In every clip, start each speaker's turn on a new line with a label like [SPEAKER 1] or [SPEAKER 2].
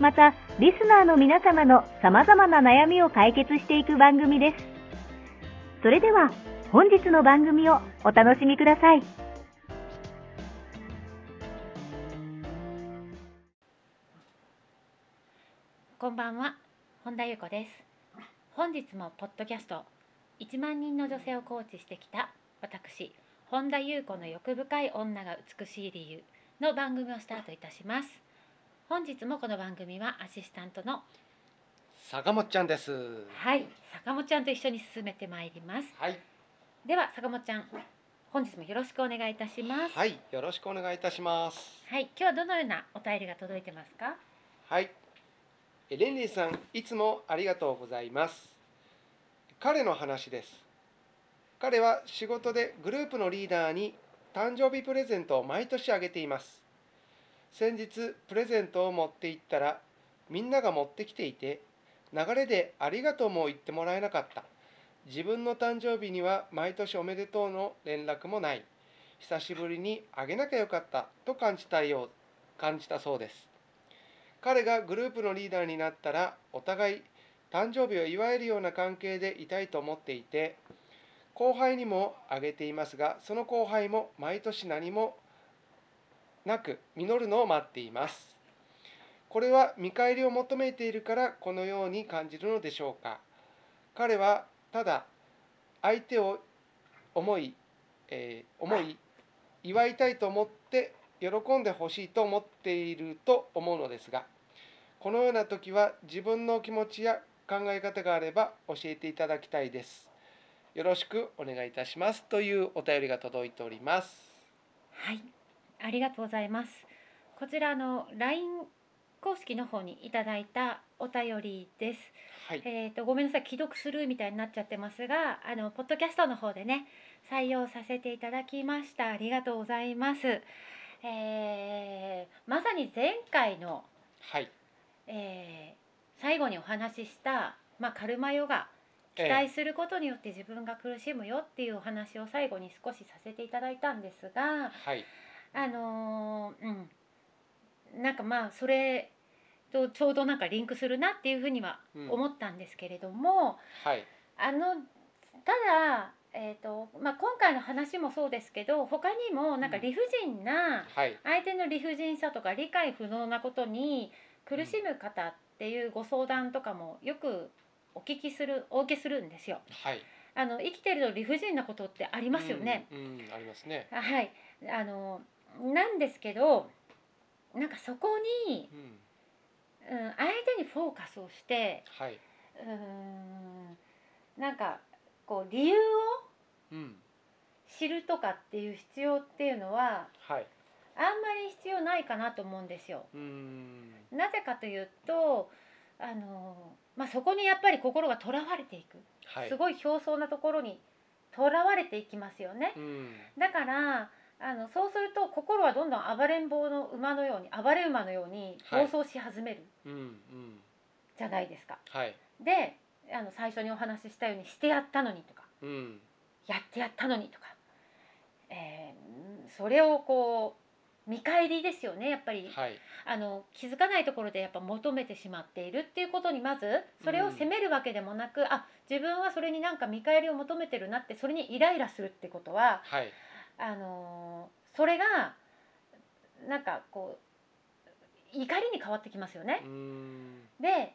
[SPEAKER 1] また、リスナーの皆様の様々な悩みを解決していく番組です。それでは、本日の番組をお楽しみください。
[SPEAKER 2] こんばんは、本田裕子です。本日もポッドキャスト1万人の女性をコーチしてきた私、本田裕子の欲深い女が美しい理由の番組をスタートいたします。本日もこの番組はアシスタントの
[SPEAKER 3] 坂本ちゃんです。
[SPEAKER 2] はい、坂本ちゃんと一緒に進めてまいります。
[SPEAKER 3] はい、
[SPEAKER 2] では坂本ちゃん、本日もよろしくお願いいたします。
[SPEAKER 3] はい、よろしくお願いいたします。
[SPEAKER 2] はい、今日はどのようなお便りが届いてますか？
[SPEAKER 3] はい、えレンリーさん、いつもありがとうございます。彼の話です。彼は仕事でグループのリーダーに誕生日プレゼントを毎年あげています。先日プレゼントを持って行ったらみんなが持ってきていて流れでありがとうも言ってもらえなかった。自分の誕生日には毎年おめでとうの連絡もない。久しぶりにあげなきゃよかったと感じたよう感じたそうです。彼がグループのリーダーになったらお互い誕生日を祝えるような関係でいたいと思っていて後輩にもあげていますがその後輩も毎年何もなく実るのを待っていますこれは見返りを求めているからこのように感じるのでしょうか彼はただ相手を思い、えー思い祝いたいと思って喜んでほしいと思っていると思うのですがこのような時は自分の気持ちや考え方があれば教えていただきたいですよろしくお願いいたしますというお便りが届いております
[SPEAKER 2] はい、ありがとうございます。こちらあの LINE 公式の方にいただいたお便りです。
[SPEAKER 3] はい
[SPEAKER 2] えー、とごめんなさい既読するみたいになっちゃってますがあのポッドキャストの方でね採用させていただきましたありがとうございます、えーまさに前回の、
[SPEAKER 3] はい
[SPEAKER 2] えー最後にお話しした、まあ、カルマヨガ期
[SPEAKER 3] え
[SPEAKER 2] 待することによって自分が苦しむよっていうお話を最後に少しさせていただいたんですが
[SPEAKER 3] えはい
[SPEAKER 2] あのーうんなんかまあそれとちょうどなんかリンクするなっていうふうには
[SPEAKER 3] うん
[SPEAKER 2] 思ったんですけれども、
[SPEAKER 3] はい
[SPEAKER 2] あのただ、えーとまあ、今回の話もそうですけど他にもなんか
[SPEAKER 3] うん
[SPEAKER 2] 理不尽な、
[SPEAKER 3] はい
[SPEAKER 2] 相手の理不尽さとか理解不能なことに苦しむ方っていうご相談とかもよくお聞きするお受けするんですよ。
[SPEAKER 3] はい
[SPEAKER 2] あの生きてると理不尽なことってあり
[SPEAKER 3] い
[SPEAKER 2] ますよね。
[SPEAKER 3] うん、うんありますね
[SPEAKER 2] はいあのなんですけどなんかそこに、
[SPEAKER 3] うん
[SPEAKER 2] うん、相手にフォーカスをして
[SPEAKER 3] はい
[SPEAKER 2] うんなんかこう理由を
[SPEAKER 3] うん
[SPEAKER 2] 知るとかっていう必要っていうのは
[SPEAKER 3] はい
[SPEAKER 2] あんまり必要ないかなと思うんですよ。
[SPEAKER 3] うん
[SPEAKER 2] なぜかというとあの、まあ、そこにやっぱり心がとらわれていく、
[SPEAKER 3] はい
[SPEAKER 2] すごい表層なところにとらわれていきますよね。
[SPEAKER 3] うん
[SPEAKER 2] だからあのそうすると心はどんどん暴れん坊の馬のように暴れ馬のように
[SPEAKER 3] はい
[SPEAKER 2] 暴走し始める
[SPEAKER 3] うんうん
[SPEAKER 2] じゃないですか。
[SPEAKER 3] はい
[SPEAKER 2] であの最初にお話ししたようにしてやったのにとか
[SPEAKER 3] うん
[SPEAKER 2] やってやったのにとか、えーそれをこう見返りですよねやっぱり、
[SPEAKER 3] はい
[SPEAKER 2] あの気づかないところでやっぱ求めてしまっているっていうことにまずそれを責めるわけでもなく、あ自分はそれになんか見返りを求めてるなってそれにイライラするってことは
[SPEAKER 3] はい
[SPEAKER 2] あのーそれがなんかこう怒りに変わってきますよね
[SPEAKER 3] うー。ん
[SPEAKER 2] で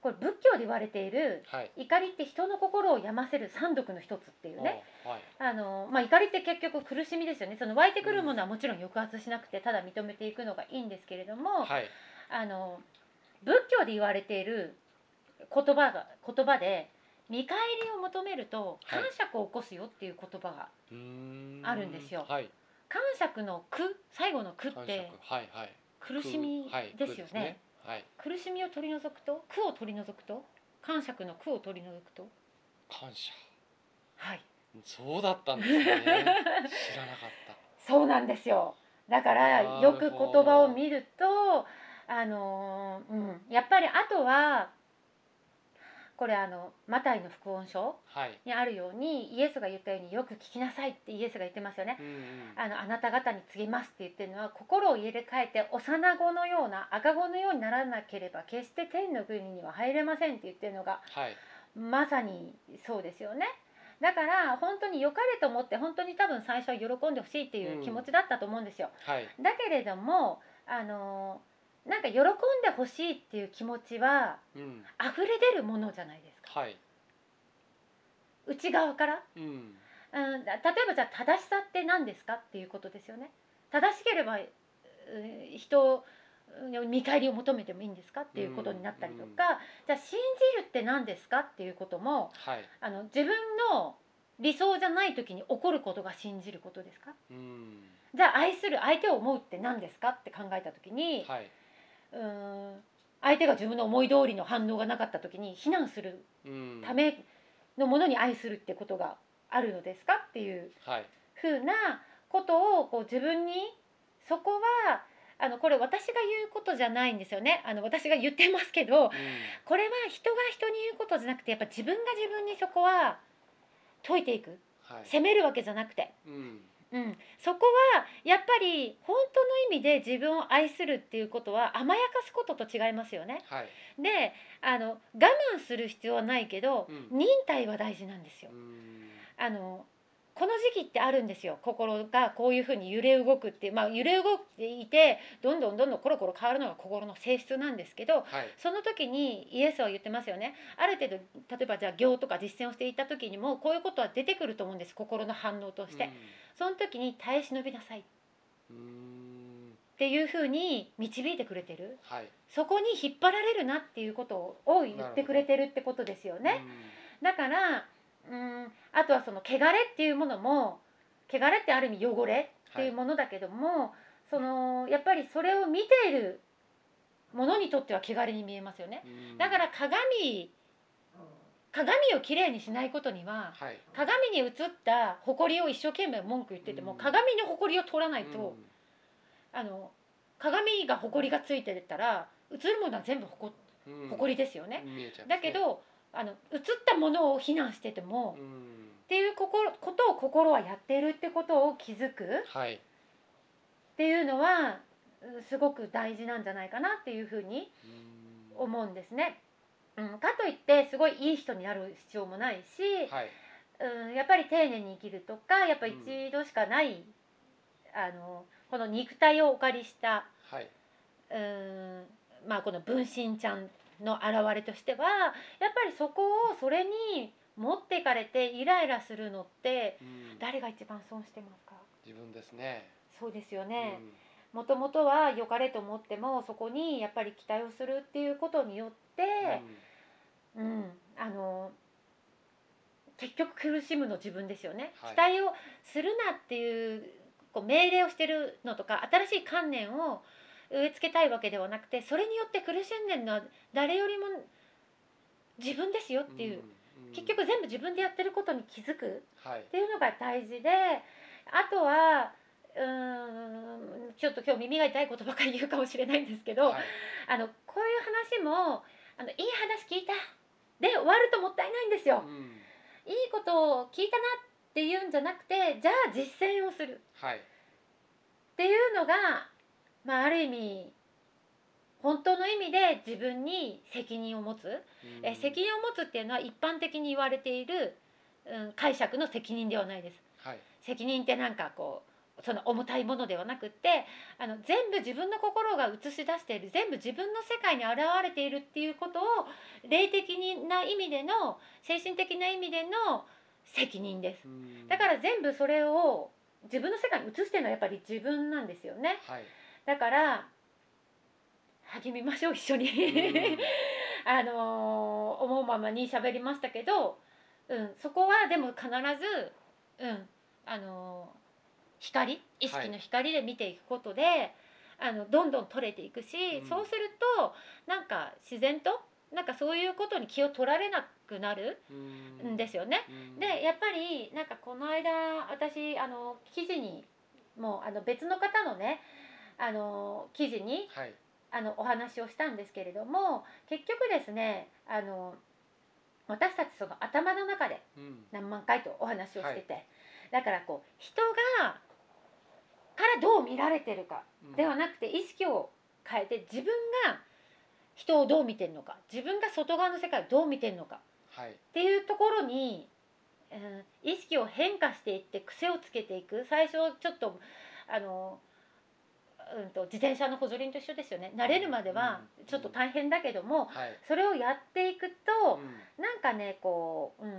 [SPEAKER 2] これ仏教で言われている
[SPEAKER 3] はい
[SPEAKER 2] 怒りって人の心を病ませる三毒の一つっていうね
[SPEAKER 3] おはい
[SPEAKER 2] あの、まあ、怒りって結局苦しみですよねその湧いてくるものはもちろん抑圧しなくてただ認めていくのがいいんですけれども、
[SPEAKER 3] はい
[SPEAKER 2] あの仏教で言われている言葉が言葉で見返りを求めると
[SPEAKER 3] はい
[SPEAKER 2] 感触を起こすよっていう言葉が
[SPEAKER 3] うーん
[SPEAKER 2] あるんですよ
[SPEAKER 3] はい
[SPEAKER 2] 感触の苦最後の苦っ
[SPEAKER 3] 感触
[SPEAKER 2] て
[SPEAKER 3] はいはい
[SPEAKER 2] 苦しみ
[SPEAKER 3] はい
[SPEAKER 2] ですよ
[SPEAKER 3] 苦
[SPEAKER 2] ね
[SPEAKER 3] はい
[SPEAKER 2] 苦しみを取り除くと苦を取り除くと感触の苦を取り除くと
[SPEAKER 3] 感謝
[SPEAKER 2] はい
[SPEAKER 3] そうだった んですね知らなかった
[SPEAKER 2] そうなんですよだから
[SPEAKER 3] な
[SPEAKER 2] よ
[SPEAKER 3] るほど
[SPEAKER 2] く言葉を見るとあのーうんやっぱりあとはこれあのマタイの福音書
[SPEAKER 3] はい
[SPEAKER 2] にあるようにイエスが言ったようによく聞きなさいってイエスが言ってますよね
[SPEAKER 3] うんうん
[SPEAKER 2] あのあなた方に告げますって言ってるのは心を入れ替えて幼子のような赤子のようにならなければ決して天の国には入れませんって言ってるのが
[SPEAKER 3] はい
[SPEAKER 2] まさにそうですよねだから本当に良かれと思って本当に多分最初は喜んでほしいっていう気持ちだったと思うんですよ、
[SPEAKER 3] はい
[SPEAKER 2] だけれどもあのなんか喜んでほしいっていう気持ちは
[SPEAKER 3] うん
[SPEAKER 2] 溢れ出るものじゃないですか
[SPEAKER 3] はい
[SPEAKER 2] 内側から
[SPEAKER 3] うん
[SPEAKER 2] うん、だ例えばじゃあ正しさって何ですかっていうことですよね正しければうん人うん見返りを求めてもいいんですかっていうことになったりとか、
[SPEAKER 3] うんうん
[SPEAKER 2] じゃあ信じるって何ですかっていうことも
[SPEAKER 3] はい
[SPEAKER 2] あの自分の理想じゃない時に起こることが信じることですか
[SPEAKER 3] うん
[SPEAKER 2] じゃあ愛する相手を思うって何ですかって考えた時に、
[SPEAKER 3] はい
[SPEAKER 2] うん相手が自分の思い通りの反応がなかった時に非難する
[SPEAKER 3] うん
[SPEAKER 2] ためのものに愛するってことがあるのですかっていう
[SPEAKER 3] はい
[SPEAKER 2] ふうなことをこう自分にそこはあのこれ私が言うことじゃないんですよねあの私が言ってますけど
[SPEAKER 3] うん
[SPEAKER 2] これは人が人に言うことじゃなくてやっぱ自分が自分にそこは解いていく
[SPEAKER 3] はい
[SPEAKER 2] 責めるわけじゃなくて、
[SPEAKER 3] うん
[SPEAKER 2] うん、そこはやっぱり本当の意味で自分を愛するっていうことは甘やかすことと違いますよね。
[SPEAKER 3] はい
[SPEAKER 2] であの我慢する必要はないけど
[SPEAKER 3] うん
[SPEAKER 2] 忍耐は大事なんですよ
[SPEAKER 3] う。ん
[SPEAKER 2] あのこの時期ってあるんですよ心がこういうふうに揺れ動くっていう、まあ、揺れ動いていてどんどんどんどんコロコロ変わるのが心の性質なんですけど
[SPEAKER 3] はい
[SPEAKER 2] その時にイエスは言ってますよねある程度例えばじゃあ行とか実践をしていた時にもこういうことは出てくると思うんです心の反応として、その時に耐え忍びなさいっ
[SPEAKER 3] うんうん
[SPEAKER 2] ていうふうに導いてくれてる
[SPEAKER 3] はい
[SPEAKER 2] そこに引っ張られるなっていうことを言ってくれてるってことですよね。だからうんあとはその汚れっていうものも汚れってある意味汚れっていうものだけども、そのやっぱりそれを見ているものにとっては汚れに見えますよね。
[SPEAKER 3] うん
[SPEAKER 2] だから鏡鏡をきれいにしないことには
[SPEAKER 3] はい
[SPEAKER 2] 鏡に映った埃を一生懸命文句言ってても
[SPEAKER 3] うん
[SPEAKER 2] 鏡の埃を取らないと、
[SPEAKER 3] うん
[SPEAKER 2] あの鏡が埃がついてたら映るものは全部ほこ
[SPEAKER 3] うん
[SPEAKER 2] 埃ですよね。
[SPEAKER 3] 見えちゃいますね
[SPEAKER 2] だけどあの映ったものを非難してても、
[SPEAKER 3] うん
[SPEAKER 2] っていう心ことを心はやってるってことを気づくっ
[SPEAKER 3] はい
[SPEAKER 2] ていうのはうんすごく大事なんじゃないかなっていうふうに
[SPEAKER 3] うん
[SPEAKER 2] 思うんですね。うん、かといってすごいいい人になる必要もないし、
[SPEAKER 3] はい
[SPEAKER 2] うん、やっぱり丁寧に生きるとかやっぱ
[SPEAKER 3] う
[SPEAKER 2] 一
[SPEAKER 3] ん
[SPEAKER 2] 度しかない、あのこの肉体をお借りした、
[SPEAKER 3] はい
[SPEAKER 2] うんまあ、この分身ちゃんの現れとしてはやっぱりそこをそれに持ってかれてイライラするのって
[SPEAKER 3] うん
[SPEAKER 2] 誰が一番損してますか
[SPEAKER 3] 自分ですね
[SPEAKER 2] そうですよねもともとは良かれと思ってもそこにやっぱり期待をするっていうことによって、うんあの結局苦しむの自分ですよね、
[SPEAKER 3] はい
[SPEAKER 2] 期待をするなっていうこう命令をしてるのとか新しい観念を植え付けたいわけではなくてそれによって苦しんでるのは誰よりも自分ですよっ
[SPEAKER 3] うん
[SPEAKER 2] ていう、
[SPEAKER 3] うん
[SPEAKER 2] 結局全部自分でやってることに気づく
[SPEAKER 3] はい
[SPEAKER 2] っていうのが大事であとはうーんちょっと今日耳が痛いことばかり言うかもしれないんですけど、
[SPEAKER 3] はい
[SPEAKER 2] あのこういう話もあのいい話聞いたで終わるともったいないんですよ
[SPEAKER 3] う。ん
[SPEAKER 2] いいことを聞いたなっていうんじゃなくてじゃあ実践をする
[SPEAKER 3] はい
[SPEAKER 2] っていうのが、まあ、ある意味本当の意味で自分に責任を持つ、
[SPEAKER 3] うん
[SPEAKER 2] え責任を持つっていうのは一般的に言われている、うん、解釈の責任ではないです。
[SPEAKER 3] はい
[SPEAKER 2] 責任ってなんかこうその重たいものではなくってあの全部自分の心が映し出している全部自分の世界に現れているっていうことを霊的な意味での精神的な意味での責任です
[SPEAKER 3] うん
[SPEAKER 2] だから全部それを自分の世界に映してるのはやっぱり自分なんですよね
[SPEAKER 3] はい、
[SPEAKER 2] だから励みましょう一緒に、
[SPEAKER 3] うん
[SPEAKER 2] あのー思うままに喋りましたけど、うん、そこはでも必ず、うんあのー光意識の光で見ていくことで、あのどんどん取れていくし、
[SPEAKER 3] うん
[SPEAKER 2] そうするとなんか自然となんかそういうことに気を取られなくなる
[SPEAKER 3] うん
[SPEAKER 2] んですよね。
[SPEAKER 3] うん
[SPEAKER 2] でやっぱりなんかこの間私あの記事にもうあの別の方のねあの記事に
[SPEAKER 3] はい、
[SPEAKER 2] あのお話をしたんですけれども結局ですねあの私たちその頭の中で
[SPEAKER 3] うん
[SPEAKER 2] 何万回とお話をしてて、だからこう人がからどう見られてるか
[SPEAKER 3] うん
[SPEAKER 2] ではなくて意識を変えて自分が人をどう見てるのか自分が外側の世界をどう見てるのか
[SPEAKER 3] はい、
[SPEAKER 2] っていうところに、うん、意識を変化していって癖をつけていく最初はちょっとあの、うん、と自転車の補助輪と一緒ですよね慣れるまでは
[SPEAKER 3] うん
[SPEAKER 2] ちょっと大変だけども、
[SPEAKER 3] はい、
[SPEAKER 2] それをやっていくと、なんかねこう、うん、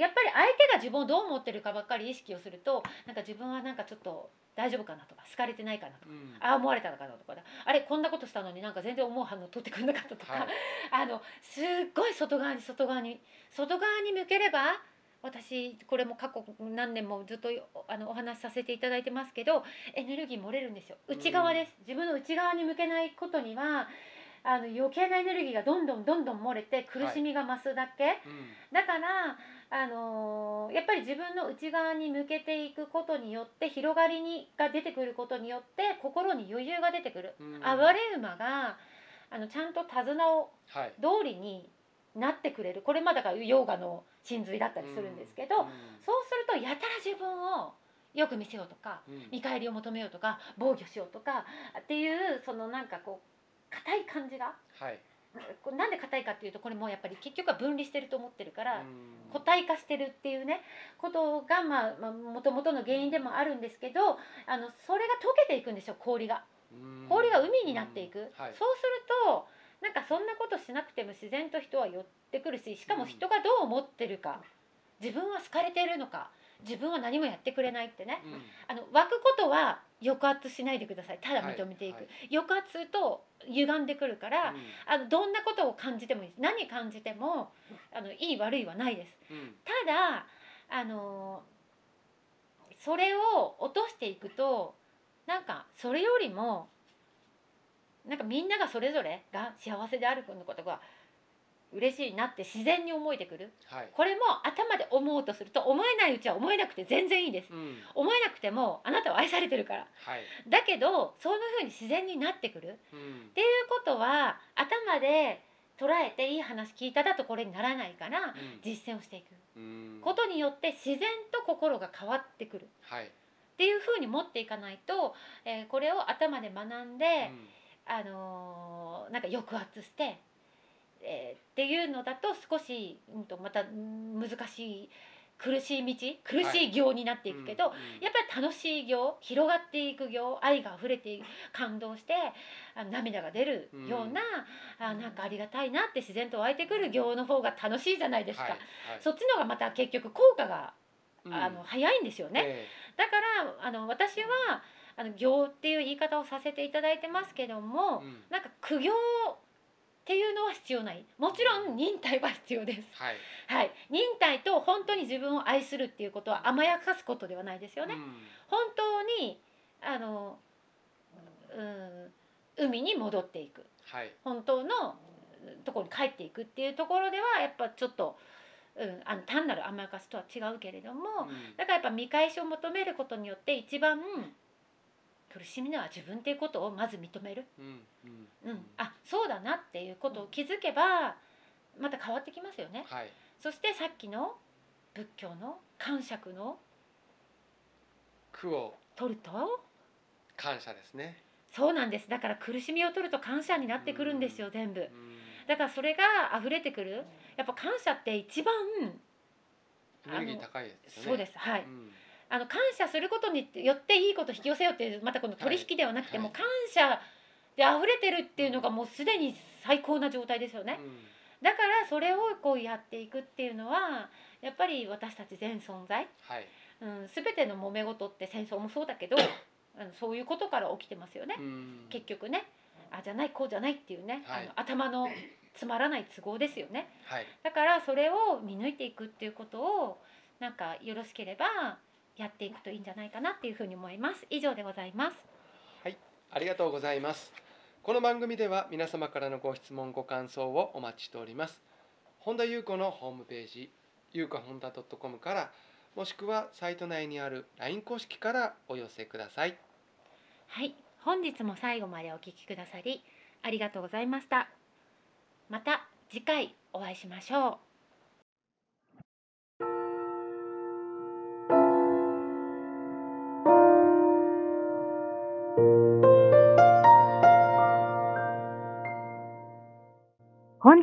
[SPEAKER 2] やっぱり相手が自分をどう思ってるかばっかり意識をするとなんか自分はなんかちょっと大丈夫かなとか好かれてないかなとか。
[SPEAKER 3] うんうん
[SPEAKER 2] ああ思われたのかなとかあれこんなことしたのになんか全然思う反応取ってくれなかったとか、
[SPEAKER 3] はい
[SPEAKER 2] あのすっごい外側に外側に外側に向ければ私これも過去何年もずっとおあのお話しさせていただいてますけどエネルギー漏れるんですよ内側です、自分の内側に向けないことにはあの余計なエネルギーがどんどんどんどん漏れて苦しみが増すだけ、
[SPEAKER 3] うん
[SPEAKER 2] だから、あのーやっぱり自分の内側に向けていくことによって広がりにが出てくることによって心に余裕が出てくる、
[SPEAKER 3] うん
[SPEAKER 2] 暴れ馬があのちゃんと手綱を
[SPEAKER 3] はい
[SPEAKER 2] 通りになってくれるこれまあだからヨーガの真髄だったりするんですけど、
[SPEAKER 3] うん
[SPEAKER 2] そうするとやたら自分をよく見せようとか
[SPEAKER 3] うん
[SPEAKER 2] 見返りを求めようとか防御しようとかっていうそのなんかこう硬い感じが
[SPEAKER 3] はい
[SPEAKER 2] こうなんで硬いかっていうとこれもうやっぱり結局は分離してると思ってるから、
[SPEAKER 3] うん
[SPEAKER 2] 個体化してるっていうねことがまあまあもともとの原因でもあるんですけどあのそれが溶けていくんですよ氷が
[SPEAKER 3] うん
[SPEAKER 2] 氷が海になっていく、
[SPEAKER 3] うんは
[SPEAKER 2] そう
[SPEAKER 3] い
[SPEAKER 2] するとなんかそんなことしなくても自然と人は寄ってくるししかも人がどう思ってるか自分は好かれているのか自分は何もやってくれないってね
[SPEAKER 3] う
[SPEAKER 2] あ
[SPEAKER 3] ん
[SPEAKER 2] の湧くことは抑圧しないでくださいただ認めていく、
[SPEAKER 3] はい
[SPEAKER 2] 抑圧すると歪んでくるから、あのどんなことを感じてもいいです何感じてもあのいい悪いはないです
[SPEAKER 3] うんうん
[SPEAKER 2] ただあのそれを落としていくとなんかそれよりもなんかみんながそれぞれが幸せであるのことが嬉しいなって自然に思えてくる
[SPEAKER 3] はい
[SPEAKER 2] これも頭で思おうとすると思えないうちは思えなくて全然いいです
[SPEAKER 3] うん
[SPEAKER 2] 思えなくてもあなたは愛されてるから
[SPEAKER 3] はい
[SPEAKER 2] だけどそういう風に自然になってくる
[SPEAKER 3] うん
[SPEAKER 2] っていうことは頭で捉えていい話聞いただとこれにならないから実践をしていく
[SPEAKER 3] うん
[SPEAKER 2] ことによって自然と心が変わってくるっ
[SPEAKER 3] はい
[SPEAKER 2] ていうふうに持っていかないと、えーこれを頭で学んで、
[SPEAKER 3] うん
[SPEAKER 2] あのーなんか抑圧して、えーっていうのだと少し、うん、とまたうん難しい苦しい道苦しい行になっていくけど、
[SPEAKER 3] うんうん
[SPEAKER 2] やっぱり楽しい行広がっていく行愛が溢れていく感動してあの涙が出るような、あなんかありがたいなって自然と湧いてくる行の方が楽しいじゃないですか、
[SPEAKER 3] はいはい
[SPEAKER 2] そっちの方がまた結局効果が、
[SPEAKER 3] うん
[SPEAKER 2] あの早いんですよね、
[SPEAKER 3] え
[SPEAKER 2] だからあの私はあの行っていう言い方をさせていただいてますけど
[SPEAKER 3] え
[SPEAKER 2] も、
[SPEAKER 3] うん
[SPEAKER 2] なんか苦行っていうのは必要ないもちろん忍耐は必要です
[SPEAKER 3] はい
[SPEAKER 2] はい忍耐と本当に自分を愛するっていうことは甘やかすことではないですよね、
[SPEAKER 3] うん
[SPEAKER 2] 本当にあの、うん、海に戻っていく
[SPEAKER 3] はい
[SPEAKER 2] 本当のうんところに帰っていくっていうところではやっぱちょっと、うん、あの単なる甘やかしとは違うけれども、
[SPEAKER 3] うん
[SPEAKER 2] だからやっぱ見返しを求めることによって一番苦しみのは自分っていうことをまず認める、
[SPEAKER 3] うんうん
[SPEAKER 2] うん、あそうだなっていうことを気づけばまた変わってきますよね。
[SPEAKER 3] はい
[SPEAKER 2] そしてさっきの仏教の感触の
[SPEAKER 3] 苦を
[SPEAKER 2] 取ると
[SPEAKER 3] 感謝ですね
[SPEAKER 2] そうなんですだから苦しみを取ると感謝になってくるんですよ全部
[SPEAKER 3] うん
[SPEAKER 2] だからそれが溢れてくるやっぱ感謝って一番
[SPEAKER 3] エネルギー高いですよね
[SPEAKER 2] そうですはい
[SPEAKER 3] うん
[SPEAKER 2] あの感謝することによっていいこと引き寄せようっていうまたこの取引ではなくて、
[SPEAKER 3] はい
[SPEAKER 2] もう感謝で溢れてるっていうのがもうすでに最高な状態ですよね、
[SPEAKER 3] うん
[SPEAKER 2] だからそれをこうやっていくっていうのはやっぱり私たち全存在、
[SPEAKER 3] はい
[SPEAKER 2] うん、全ての揉め事って戦争もそうだ けどあのそういうことから起きてますよね、
[SPEAKER 3] うん
[SPEAKER 2] 結局ねあじゃないこうじゃないっていうね、
[SPEAKER 3] はい
[SPEAKER 2] あの頭のつまらない都合ですよね
[SPEAKER 3] はい
[SPEAKER 2] だからそれを見抜いていくっていうことをなんかよろしければやっていくといいんじゃないかなっていうふうに思います以上でございます
[SPEAKER 3] ありがとうございます。この番組では皆様からのご質問ご感想をお待ちしております。本田裕子のホームページ、ゆうか本田 .com からもしくはサイト内にある LINE 公式からお寄せください。
[SPEAKER 2] はい本日も最後までお聞きくださりありがとうございましたまた次回お会いしましょう
[SPEAKER 1] 本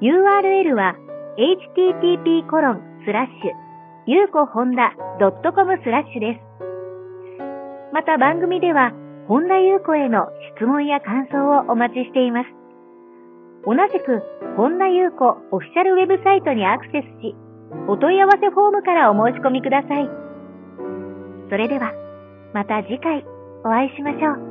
[SPEAKER 1] URL は http コロンスラッシュゆうこほんだ .com スラッシュです。また番組では、本田ゆうこへの質問や感想をお待ちしています。同じく、本田ゆうこオフィシャルウェブサイトにアクセスし、お問い合わせフォームからお申し込みください。それでは、また次回お会いしましょう。